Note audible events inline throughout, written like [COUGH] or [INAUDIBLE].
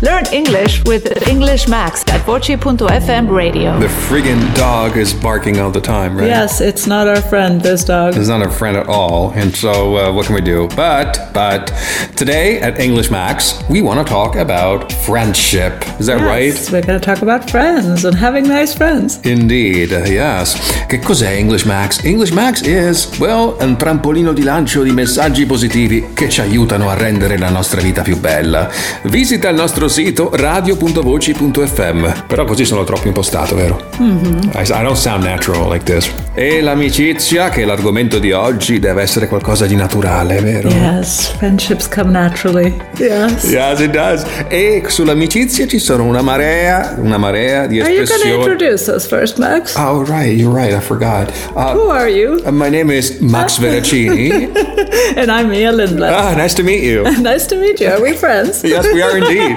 Learn English with English Max at voce.fm radio. The friggin' dog is barking all the time, right? Yes, it's not our friend, this dog. It's not a friend at all, and so uh, what can we do? But, but today at English Max, we want to talk about friendship. Is that Yes, We're going to talk about friends and having nice friends. right? Indeed, uh, yes. Che cos'è English Max? English Max is, well, un trampolino di lancio di messaggi positivi che ci aiutano a rendere la nostra vita più bella. Visita il nostro sito radio.voci.fm. Però così sono troppo impostato, vero? Mm-hmm. I, I don't sound natural like this. E l'amicizia, che è l'argomento di oggi, deve essere qualcosa di naturale, vero? Yes, friendships come naturally. Yes. Yes, it does. E sull'amicizia ci sono una marea, una marea di Are you going to espressioni. introduce us first, Max? Oh, right, you're right, I forgot. Uh, Who are [LAUGHS] you? my name is [LAUGHS] Max Veracini. And I'm Mia Lindblad. ah, nice to meet you. nice to meet you. Are we friends? Yes, we are indeed.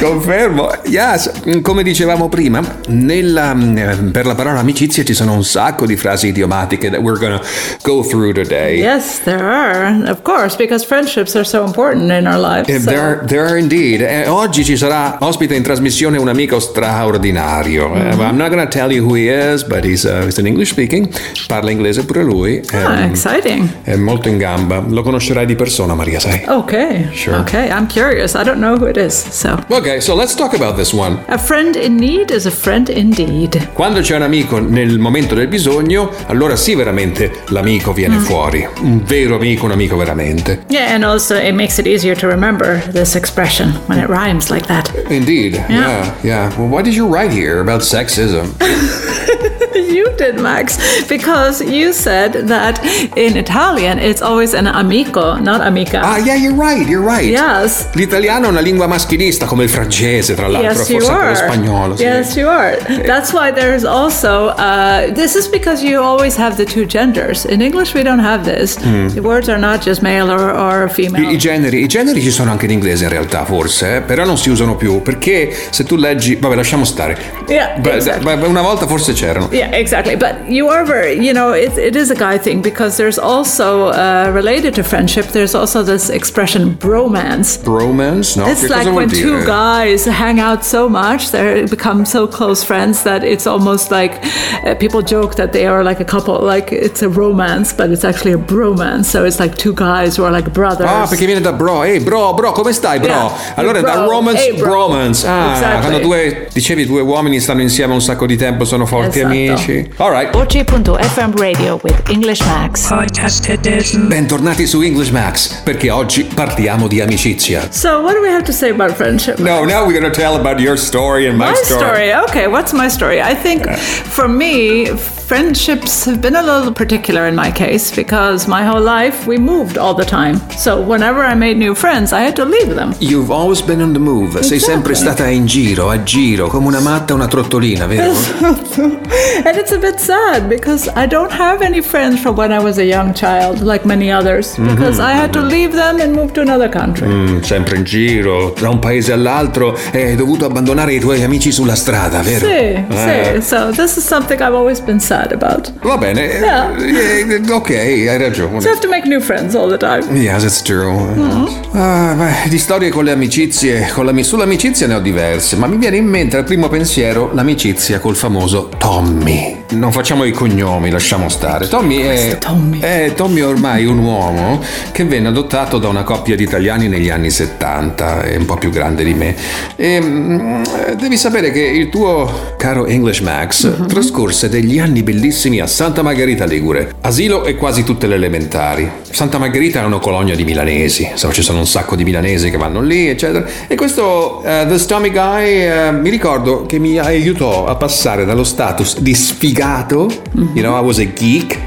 Confermo. Yes, come dicevamo prima, nella, eh, per la parola amicizia ci sono un sacco di frasi idiomatiche that we're gonna go through [LAUGHS] today. Yes, there are. Of course, because friendships are so important in our lives. Eh, so- There, are- there are indeed. Eh, oggi ci sarà ospite in trasmissione un amico straordinario. Mm-hmm. Eh, I'm not going to tell you who he is, but he's, uh, he's an English speaking. Parla inglese pure lui. Ah, ehm, exciting. è molto in gamba. Lo conoscerai di persona, Maria, sai. Okay. Sure. Okay, I'm curious. I don't know who it is. So, Ok, so let's talk about this one. a friend in need is a friend indeed. Quando c'è un amico nel momento del bisogno, allora sì, veramente l'amico viene Mm. fuori. Un vero amico, un amico veramente. Yeah, and also it makes it easier to remember this expression when it rhymes like that. Indeed. Yeah. Yeah. Well, what did you write here [LAUGHS] about sexism? [LAUGHS] you did, Max, because you said that in Italian it's always an amico, not amica. Ah, yeah, you're right, you're right. Yes. L'italiano è una lingua maschilista, come il francese, tra l'altro, Yes, you forse anche are. lo spagnolo. sì. Yes, you are. That's why there is also. Uh, this is because you always have the two genders. In English, we don't have this. Hmm. The words are not just male or, or female. I, i generi, I generi ci sono anche in inglese in realtà, forse, eh, però non si usano più, perché se tu leggi... Vabbè, lasciamo stare. Yeah, Beh, exactly. beh, una volta forse c'erano. Yeah, exactly. But you are very, you know, it, it is a guy thing because there's also, uh, related to friendship, there's also this expression bromance. Bromance, no? It's che like cosa vuol when dire? two guys hang out so much, they become so close friends that it's almost like uh, people joke that they are like a couple, like it's a romance, but it's actually a bromance. So it's like two guys who are like brothers. Ah, perché viene da bro, ehi bro, bro, come stai bro? Yeah. Allora Bro, da romance, ehi, bro. bromance. Ah, Exactly. quando due, dicevi due uomini stanno insieme un sacco di tempo, sono forti Esatto. amici. Alright, voce.fm radio with English Max. Podcast Edition. bentornati su English Max, perché oggi parliamo di amicizia. So what do we have to say about friendship? No, now we're gonna tell about your story and my, Esatto. My story. Okay, what's my story? I think for me, friendships have been a little particular in my case because my whole life we moved all the time. So whenever I made new friends, I had to leave them. [LAUGHS] You've always been on the move. Sei sempre stata in giro, a giro, come una matta, una trottolina, vero? and it's a bit sad because I don't have any friends from when I was a young child, like many others, because I had to leave them and move to another country. Mm, sempre in giro, da un paese all'altro e hai dovuto abbandonare i tuoi amici sulla strada, vero? See, see. Eh. So this is something I've always been sad about. Va bene, eh, Yeah. eh, ok, hai ragione. You have to make new friends all the time. Yes, it's true. Ah, beh, di storie con le amicizie, con l'ami- sull'amicizia ne ho diverse, ma mi viene in mente al primo pensiero l'amicizia col famoso Tommy. Non facciamo i cognomi, lasciamo stare. Tommy è, Tommy. è Tommy è ormai un uomo che venne adottato da una coppia di italiani negli anni 70, è un po' più grande di me. E, mm, devi sapere che il tuo caro English Max trascorse degli anni bellissimi a Santa Margherita Ligure, asilo e quasi tutte le elementari. Santa Margherita è una colonia di milanesi, insomma ci sono un sacco di milanesi che vanno lì, eccetera. E questo eh, The Stomach Guy eh, mi ricordo che mi aiutò a passare dallo status di sfigato, you know, I was a geek,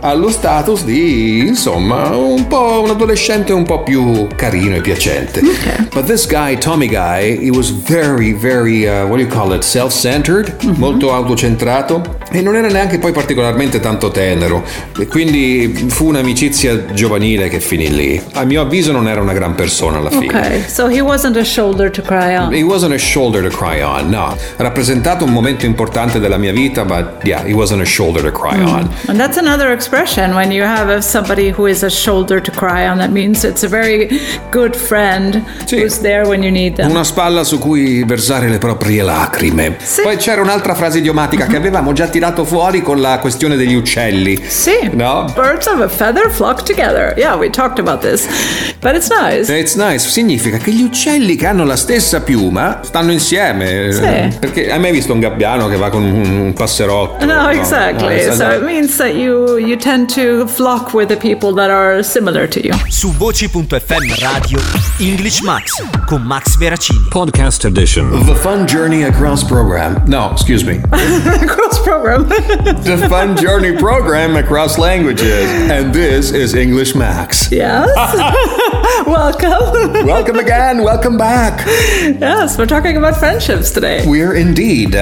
allo status di insomma un po' un adolescente un po' più carino e piacente. But this guy, Tommy Guy, he was very, very, uh, what do you call it, self-centered, molto autocentrato e non non era neanche poi particolarmente tanto tenero, e quindi fu un'amicizia giovanile che finì lì. A mio avviso non era una gran persona alla fine. Okay, so he wasn't a shoulder to cry on. He wasn't a shoulder to cry on, no. Ha rappresentato un momento importante della mia vita, ma yeah, he wasn't a shoulder to cry on. And that's another expression when you have a, somebody who is a shoulder to cry on. That means it's a very good friend Sì. who's there when you need them. Una spalla su cui versare le proprie lacrime. Sì. Poi c'era un'altra frase idiomatica che avevamo già tirato fuori con la questione degli uccelli. See, No? birds of a feather flock together. Yeah, we talked about this, but it's nice. It's nice, significa che gli uccelli che hanno la stessa piuma stanno insieme. Sì. Perché hai mai visto un gabbiano che va con un, un passerotto? No, No, esatto. exactly. è so stato- it means that you you tend to flock with the people that are similar to [LAUGHS] you. Su voci.fm radio English Max con Max Veracini. Podcast Edition. The Fun Journey Across Program. No, excuse me. Cross program. The Fun Journey Program Across Languages. And this is English [LAUGHS] Max. [LAUGHS] yes. Welcome. [LAUGHS] Welcome again, welcome back. yes, we're talking about friendships today. We're indeed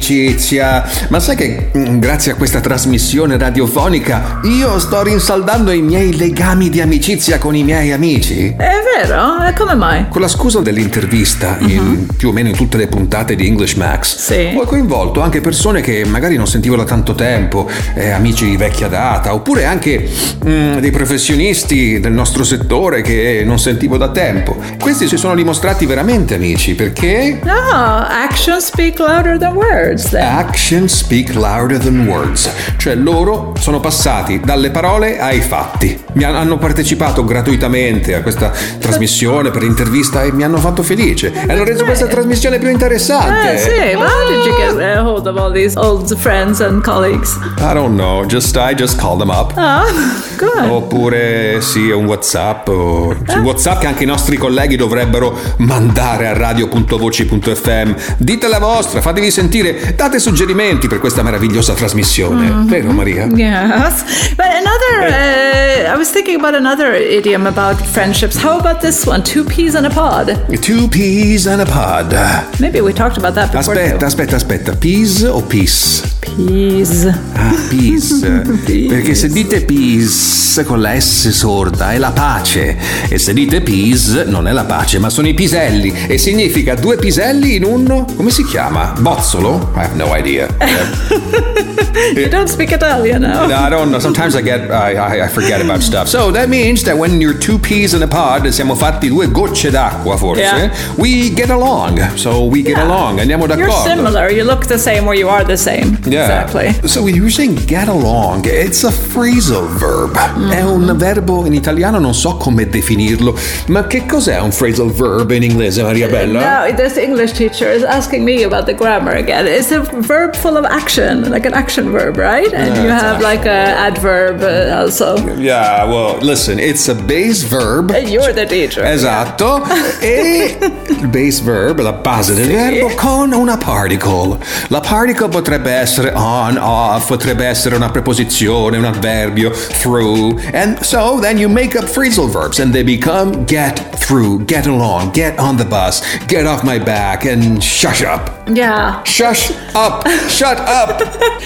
l'amicizia. Ma sai che mm, grazie a questa trasmissione radiofonica io sto rinsaldando i miei legami di amicizia con i miei amici? È vero? E come mai? Con la scusa dell'intervista, in più o meno in tutte le puntate di English Max, Sì. ho coinvolto anche persone che magari non sentivo da tanto tempo, eh, amici di vecchia data, oppure anche mm, dei professionisti del nostro settore che non sentivo da tempo. Questi si sono dimostrati veramente amici perché No, actions speak louder than words. Then. Actions speak louder than words, cioè loro sono passati dalle parole ai fatti. Mi han- hanno partecipato gratuitamente a questa trasmissione per intervista e mi hanno fatto felice. E hanno reso questa trasmissione più interessante. Eh, sì, ma how did you get uh, hold of all these old friends and colleagues? I don't know, just I just call them up. Oh, [LAUGHS] good. Oppure sì, è un WhatsApp. O... Eh. Su WhatsApp che anche i nostri colleghi dovrebbero mandare a radio.voci.fm. Dite la vostra, fatevi sentire, date suggerimenti per questa meravigliosa trasmissione. Mm-hmm. Vero Maria? Yes. But another, uh, I was thinking about another idiom about friendships. How about this one? Two peas in a pod. Two peas and a pod. Maybe we talked about that before. Aspetta, too. aspetta, aspetta. Peas o peas? Peas. Ah, [LAUGHS] peas. Perché se dite peas con la S sorda è la pace. E se dite peas non è la pace, ma sono i piselli. E significa due piselli in un. come si chiama? Bozzolo? I have no idea. You don't speak Italian now. [LAUGHS] No, I don't know. Sometimes I get I, I, I forget about stuff. So that means that when you're two peas in a pod, siamo fatti due gocce d'acqua forse. Yeah. We get along. So we get along. Andiamo You're d'accordo. similar. You look the same or you are the same. Yeah. Exactly. So you're saying get along, it's a phrasal verb. È un verbo in italiano, non so come definirlo, ma che cos'è un phrasal verb in inglese, Maria Bella? Now, this English teacher is asking me about the grammar again. It's a verb full of action, like an action verb, right? And you it's have like an adverb uh, also. Yeah, well, listen, it's a base verb. And you're the teacher. Esatto, e il base verb, la base del verbo con una particle. La particle potrebbe essere on, off, potrebbe essere una preposizione, un avverbio, through. And so then you make up phrasal verbs and they become get through, get along, get on the bus, get off my back, and shush up. yeah. Shush up, [LAUGHS] shut up.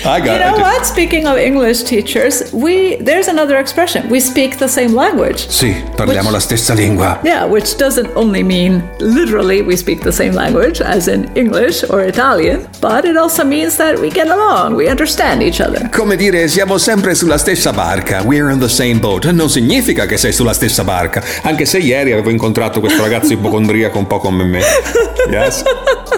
I got You know it. what? Speaking of English teachers, we there's another expression. We speak the same language. Sì, parliamo la stessa lingua. Yeah, which doesn't only mean literally we speak the same language as in English or Italian, but it also means that we get along, we understand each other. Come dire, siamo sempre sulla stessa barca. We're on the same boat. Non significa che sei sulla stessa barca. Anche se ieri avevo incontrato questo ragazzo ipocondriaco un po' come me. Yes?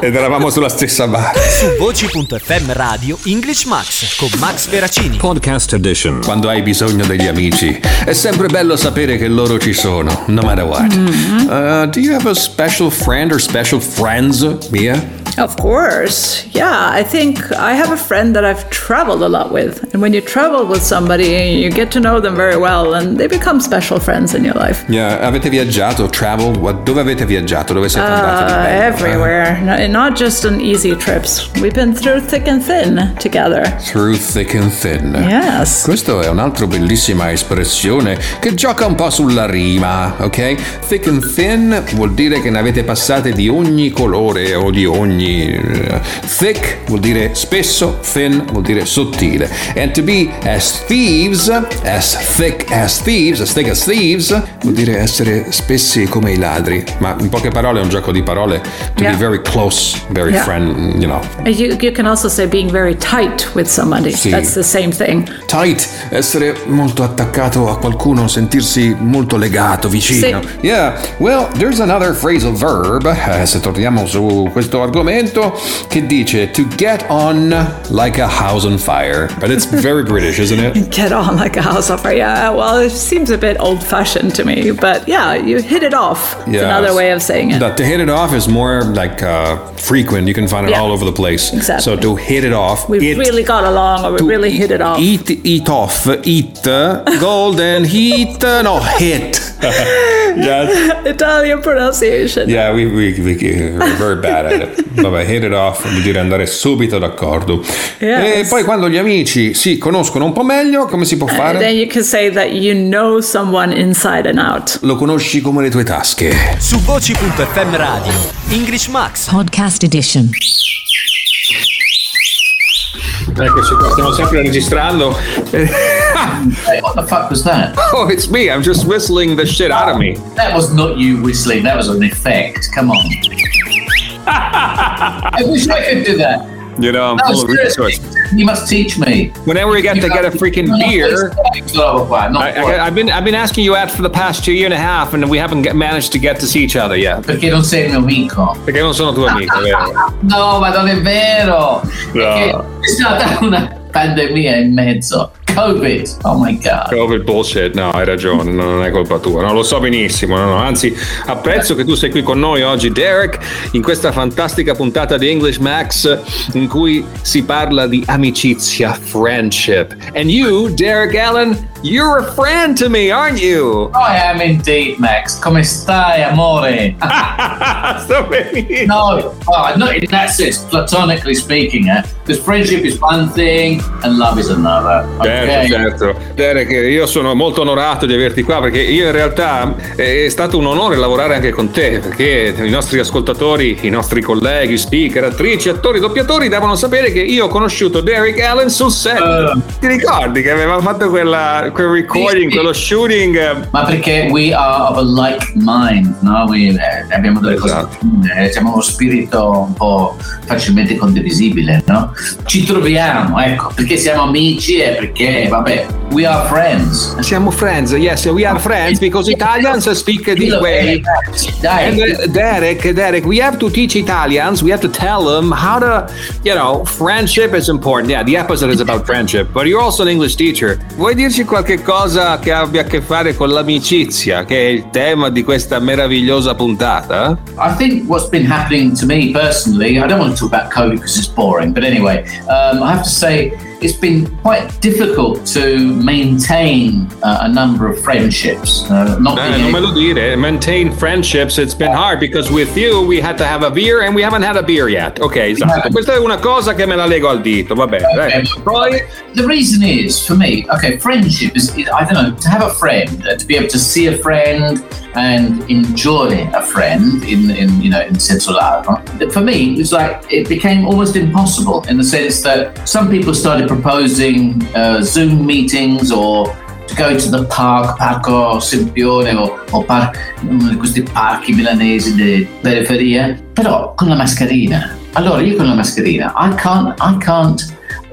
Ed eravamo sulla stessa barca. Su voci.fm radio English Max con Max Veracini. Podcast Edition. Quando hai bisogno degli amici, è sempre bello sapere che loro ci sono, no matter what. Mm-hmm. Uh, do you have a special friend or special friends, Mia? Of course. Yeah, I think I have a friend that I've traveled a lot with. And when you travel with somebody, you get to know them very well and they become special friends in your life. Yeah, avete viaggiato, travel? What- Dove avete viaggiato? Dove siete andati? di Uh, bello? everywhere, no, not just on easy trips. We've been through thick and thin together. Through thick and thin. Yes. Questa è un'altra bellissima espressione che gioca un po' sulla rima, ok? Thick and thin vuol dire che ne avete passate di ogni colore o di ogni quindi eh, thick vuol dire spesso, thin vuol dire sottile. And to be as thieves, as thick as thieves, as thick as thieves, vuol dire essere spessi come i ladri. Ma in poche parole è un gioco di parole. To Yeah. be very close, very Yeah. friend, you know. You, you can also say being very tight with somebody. Sì. That's the same thing. Tight, essere molto attaccato a qualcuno, sentirsi molto legato, vicino. Sì. Yeah, well, there's another phrasal verb, eh, se torniamo su questo argomento, che dice to get on like a house on fire. But it's very British, isn't [LAUGHS] it? Get on like a house on fire. Yeah, well, it seems a bit old fashioned to me, but yeah, you hit it off. It's Yeah. another way of saying it. But to hit it off is more like uh, frequent. You can find it Yeah. all over the place. Exactly. So to hit it off, we it really got along, or we to really hit it off. Eat, eat off, eat, uh, golden heat, Uh, no, [LAUGHS] hit. yes. Italian pronunciation. Yeah, we, we, we, we're very bad at it. Vabbè, hit it off vuol dire andare subito d'accordo. E Yes. poi quando gli amici si conoscono un po' meglio, come si può And fare? then you can say that you know someone inside and out. Lo conosci come le tue tasche. Su voci.fm radio English Max. Podcast Edition. Eccoci qua, stiamo sempre [LAUGHS] registrando. Hey, what the fuck was that? Oh, it's me, I'm just whistling the shit out of me. That was not you whistling. That was an effect. Come on. I wish I could do that. You know, I'm No, full of seriously, resource. you must teach me. Whenever we get to get a freaking beer, I, I, I've been I've been asking you out for the past two year and a half, and we haven't get, managed to get to see each other yet. Perché non sei mio amico? Perché non sono tuo amico, vero? No, ma non è vero! Perché C'è stata una pandemia in mezzo. Covid! Oh my god! Covid bullshit, no, hai ragione, no, non è colpa tua, no, lo so benissimo, no, no, anzi apprezzo che tu sei qui con noi oggi Derek in questa fantastica puntata di English Max in cui si parla di amicizia, friendship. And you, Derek Allen, you're a friend to me, aren't you? I am indeed, Max. Come stai, amore? Sto benissimo. No, oh, not in that sense, platonically speaking, eh? Because friendship is one thing and love is another. Okay? Certo, certo. Derek, io sono molto onorato di averti qua perché io in realtà eh, è stato un onore lavorare anche con te perché i nostri ascoltatori, i nostri colleghi, speaker, attrici, attori, doppiatori devono sapere che io ho conosciuto Derek Allen sul set. Eh. Ti ricordi che aveva fatto quella- quel recording, Sì, sì. quello shooting? eh, Ma perché we are of a like mind, no? We, eh, abbiamo delle Esatto. cose comuni, eh, siamo uno spirito un po' facilmente condivisibile, no? Ci troviamo, ecco, perché siamo amici e perché, vabbè, we are friends. Siamo friends, yes, we are friends because Italians speak this Dillo, way. eh, Dai, And uh, Derek, Derek, we have to teach Italians. We have to tell them how to, you know, friendship is important. Yeah, the episode is [LAUGHS] about friendship, but you're also an English teacher. Vuoi dirci qualche cosa che abbia a che fare con l'amicizia, che è il tema di questa meravigliosa puntata? I think what's been happening to me personally, I don't want to talk about COVID because it's boring, but anyway, um, I have to say it's been quite difficult to maintain uh, a number of friendships. Uh, not Eh, being non me able- lo dire. Maintain friendships. It's been hard because with you we had to have a beer and we haven't had a beer yet. Ok, esatto. Questa è una cosa che me la lego al dito. Vabbè. dai. Poi, The reason is for me, okay, friendship is, is- I don't know, to have a friend, uh, to be able to see a friend and enjoy a friend in, in you know, in sense of love. For me, it's like it became almost impossible in the sense that some people started proposing uh, Zoom meetings or to go to the park, Parco Sempione o, o par- uno di questi parchi milanesi di periferia, però con la mascherina. Allora io con la mascherina, I can't, I can't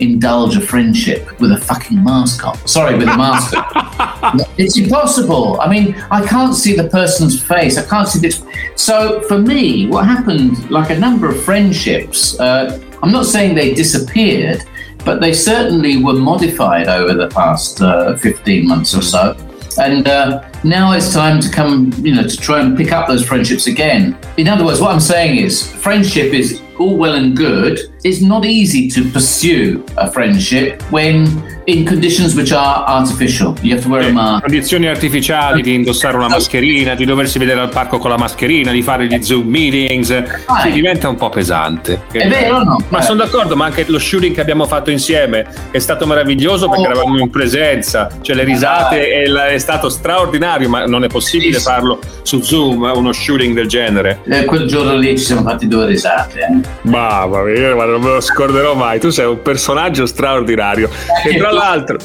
indulge a friendship with a fucking mask on. Sorry, with a mask on. it's impossible. I mean, I can't see the person's face. I can't see this. So for me, what happened, like a number of friendships, uh, I'm not saying they disappeared, but they certainly were modified over the past uh, 15 months or so. And uh, now it's time to come, you know, to try and pick up those friendships again. In other words, what I'm saying is, friendship is all well and good. It's not easy to pursue a friendship when in conditions which are artificial. You have to wear a mask. condizioni artificiali di indossare una mascherina, di doversi vedere al parco con la mascherina, di fare gli Zoom meetings, sì, diventa un po' pesante. Eh, È vero o no? Ma Eh. sono d'accordo, ma anche lo shooting che abbiamo fatto insieme è stato meraviglioso perché Oh. Eh, eravamo in presenza, cioè le risate e la- è stato straordinario, ma non è possibile Sì, sì. farlo su Zoom, eh, uno shooting del genere. Eh, quel giorno lì ci siamo fatti due risate. eh. Mamma mia, ma non me lo scorderò mai. Tu sei un personaggio straordinario. E tra l'altro,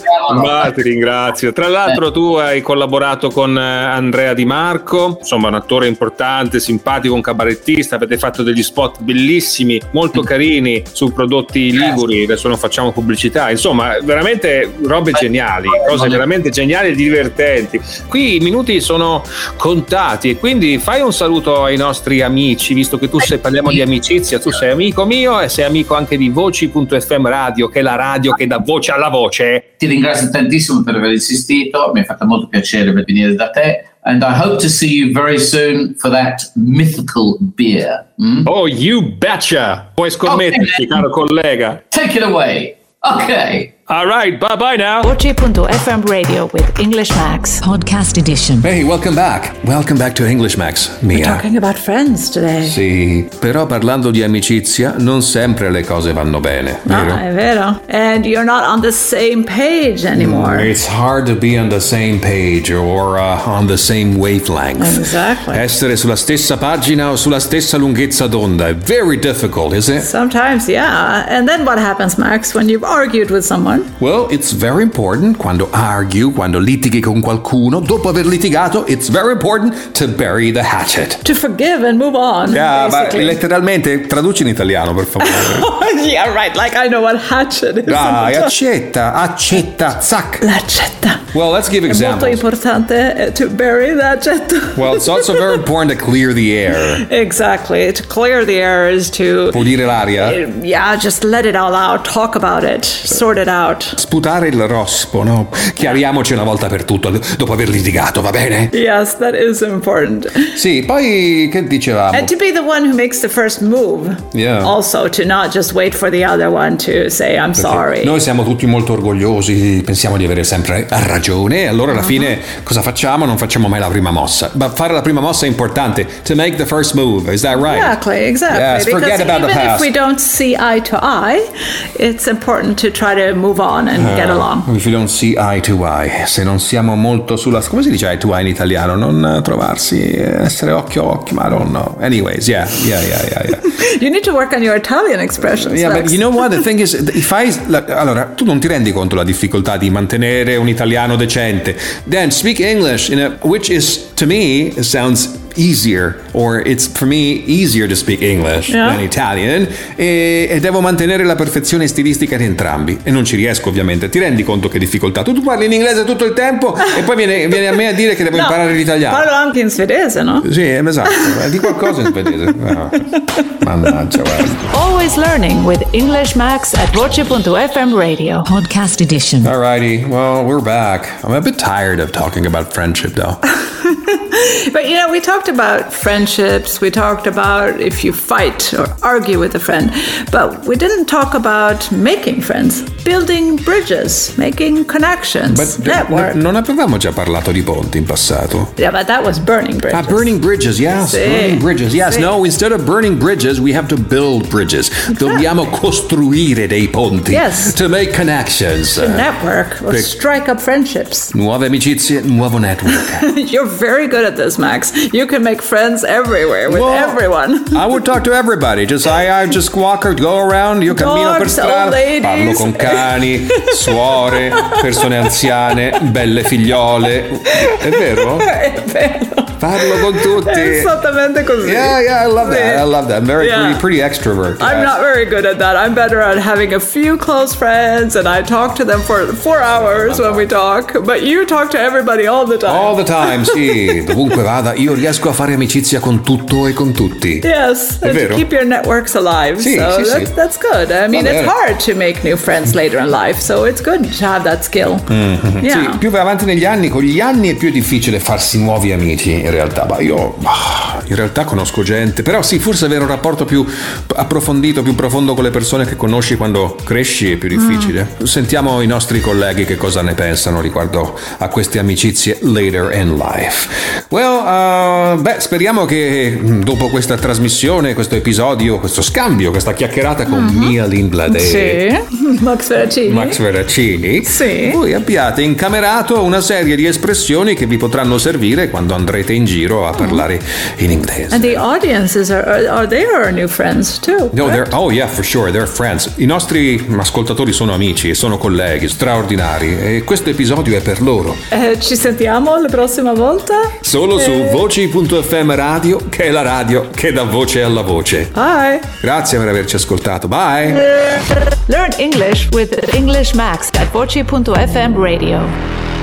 ma ti ringrazio. Eh, Tra l'altro, tu hai collaborato con eh, Andrea Di Marco, insomma, un attore importante, simpatico, un cabarettista. Avete fatto degli spot bellissimi, molto carini su prodotti liguri. Adesso non facciamo pubblicità. Insomma, veramente robe geniali, cose veramente geniali e divertenti. Qui i minuti sono contati e quindi fai un saluto ai nostri amici, visto che tu sei, parliamo di amicizia, tu sei amico mio e sei amico anche di Voci.fm Radio, che è la radio che dà voce alla voce. Ti ringrazio tantissimo per aver insistito, mi è fatto molto piacere venire da te. And I hope to see you very soon for that mythical beer. Mm? Oh, you betcha! Puoi scommetterci, Ok. caro collega. Take it away. Okay. All right, bye bye now. Voce.fm Radio with English Max. Podcast Edition. Hey, welcome back. Welcome back to English Max, Mia. Talking about friends today. Sì, però parlando di amicizia non sempre le cose vanno bene, vero? Ah, è vero. And you're not on the same page anymore. Mm, It's hard to be on the same page or uh, on the same wavelength. Exactly. Essere sulla stessa pagina o sulla stessa lunghezza d'onda è very difficult, is it? Sometimes, yeah. And then what happens, Max, when you've argued with someone? Well, it's very important quando argue, quando litighi con qualcuno, dopo aver litigato, it's very important to bury the hatchet. To forgive and move on. Ah, ma basically. letteralmente traduci in italiano, per favore. [LAUGHS] yeah, right. Like I know what hatchet is. Dai, [LAUGHS] accetta, accetta, zac. L'accetta. Well, let's give È molto examples. importante eh, to bury the accetta. Well, it's also very important to clear the air. [LAUGHS] exactly. To clear the air is to, Pulire l'aria, yeah, just let it all out, talk about it, sort it out. sputare il rospo, no? Chiariamoci una volta per tutto, dopo aver litigato, va bene? Yes, that is important. Sì, poi che dicevamo? And to be the one who makes the first move. Yeah. Also, to not just wait for the other one to say, I'm sorry. Noi siamo tutti molto orgogliosi, pensiamo di avere sempre ragione, e allora alla Mhm. fine cosa facciamo? Non facciamo mai la prima mossa. Ma fare la prima mossa è importante. To make the first move, is that right? Exactly, exactly. Yes, because forget about the even past. if we don't see eye to eye, it's important to try to move on and Uh-huh. get along. If you don't see eye to eye, se non siamo molto sulla. come si dice eye to eye in italiano? Non eh, trovarsi, eh, essere occhio a occhio, ma non no. Anyways, yeah, yeah, yeah, yeah. yeah. You need to work on your Italian expressions. Yeah, but Lex. you know what? The thing is, if I, la- allora, tu non ti rendi conto la difficoltà di mantenere un italiano decente. Then speak English, in a, which is to me sounds easier, or it's for me easier to speak English Yeah. than Italian. E, e devo mantenere la perfezione stilistica di entrambi. E non ci riesco, ovviamente. Ti rendi conto che difficoltà? Tu, tu parli in inglese tutto il tempo e poi viene, viene a me a dire che devo No, imparare l'italiano. Parlo anche in svedese, no? Sì, esatto. Eh, Di qualcosa in svedese. [LAUGHS] No. Mannaggia, guarda. Always learning with English Max at Voce.fm Radio. Podcast Edition. Alrighty, well, we're back. I'm a bit tired of talking about friendship, [LAUGHS] though. But you know, we talked about friendships, we talked about if you fight or argue with a friend, but we didn't talk about making friends, building bridges, making connections, But network. non avevamo già parlato di ponti in passato. Yeah, but that was burning bridges. Ah, burning bridges, yes. Sì. Burning bridges, yes. Sì. No, instead of burning bridges, we have to build bridges. [LAUGHS] Dobbiamo costruire dei ponti. Yes. To make connections. Network or Big- strike up friendships. Nuove amicizie, nuovo [LAUGHS] network. You're very good at this, Max. You can make friends everywhere with Well, everyone. [LAUGHS] [LAUGHS] I would talk to everybody. Just I, I just walk or go around. Io cammino per Dogs, old strada. ladies. Parlo con cani, suore, persone anziane, belle figliole. È vero? È vero. Parlo con È tutti. esattamente così. Yeah, yeah, I love that. I love that. I'm very Yeah. pretty, pretty extrovert. I'm not very good at that. I'm better at having a few close friends, and I talk to them for four hours when we talk. But you talk to everybody all the time. All the [LAUGHS] time, sì. Dovunque vada, io riesco a fare amicizia con tutto e con tutti. Yes, and to vero. keep your networks alive. Sì, so sì, sì. that's, that's good. I mean, bene. it's hard to make new friends later in life, so it's good to have that skill. Yeah. Mm-hmm. Sì, più vai avanti negli anni, con gli anni è più difficile farsi nuovi amici in realtà. Ma io ah, in realtà conosco gente, però sì, forse avere un rapporto più approfondito, più profondo con le persone che conosci quando cresci è più difficile. Sentiamo i nostri colleghi che cosa ne pensano riguardo a queste amicizie later in life. Well, uh, beh, speriamo che mh, dopo questa trasmissione, questo episodio, questo scambio, questa chiacchierata con Mia Lindblad e Sì. [LAUGHS] Max Veracini. Max Veracini, Sì. voi abbiate incamerato una serie di espressioni che vi potranno servire quando andrete in giro a parlare in inglese. And the audiences are, are, are they are our new friends too. No, correct? they're, oh yeah, for sure, they're friends. I nostri ascoltatori sono amici, sono colleghi, straordinari e questo episodio è per loro. Eh, ci sentiamo la prossima volta. Solo su voci.fm radio, che è la radio che dà voce alla voce. Bye. Grazie per averci ascoltato, bye! Learn English with English Max at Voce.fm radio.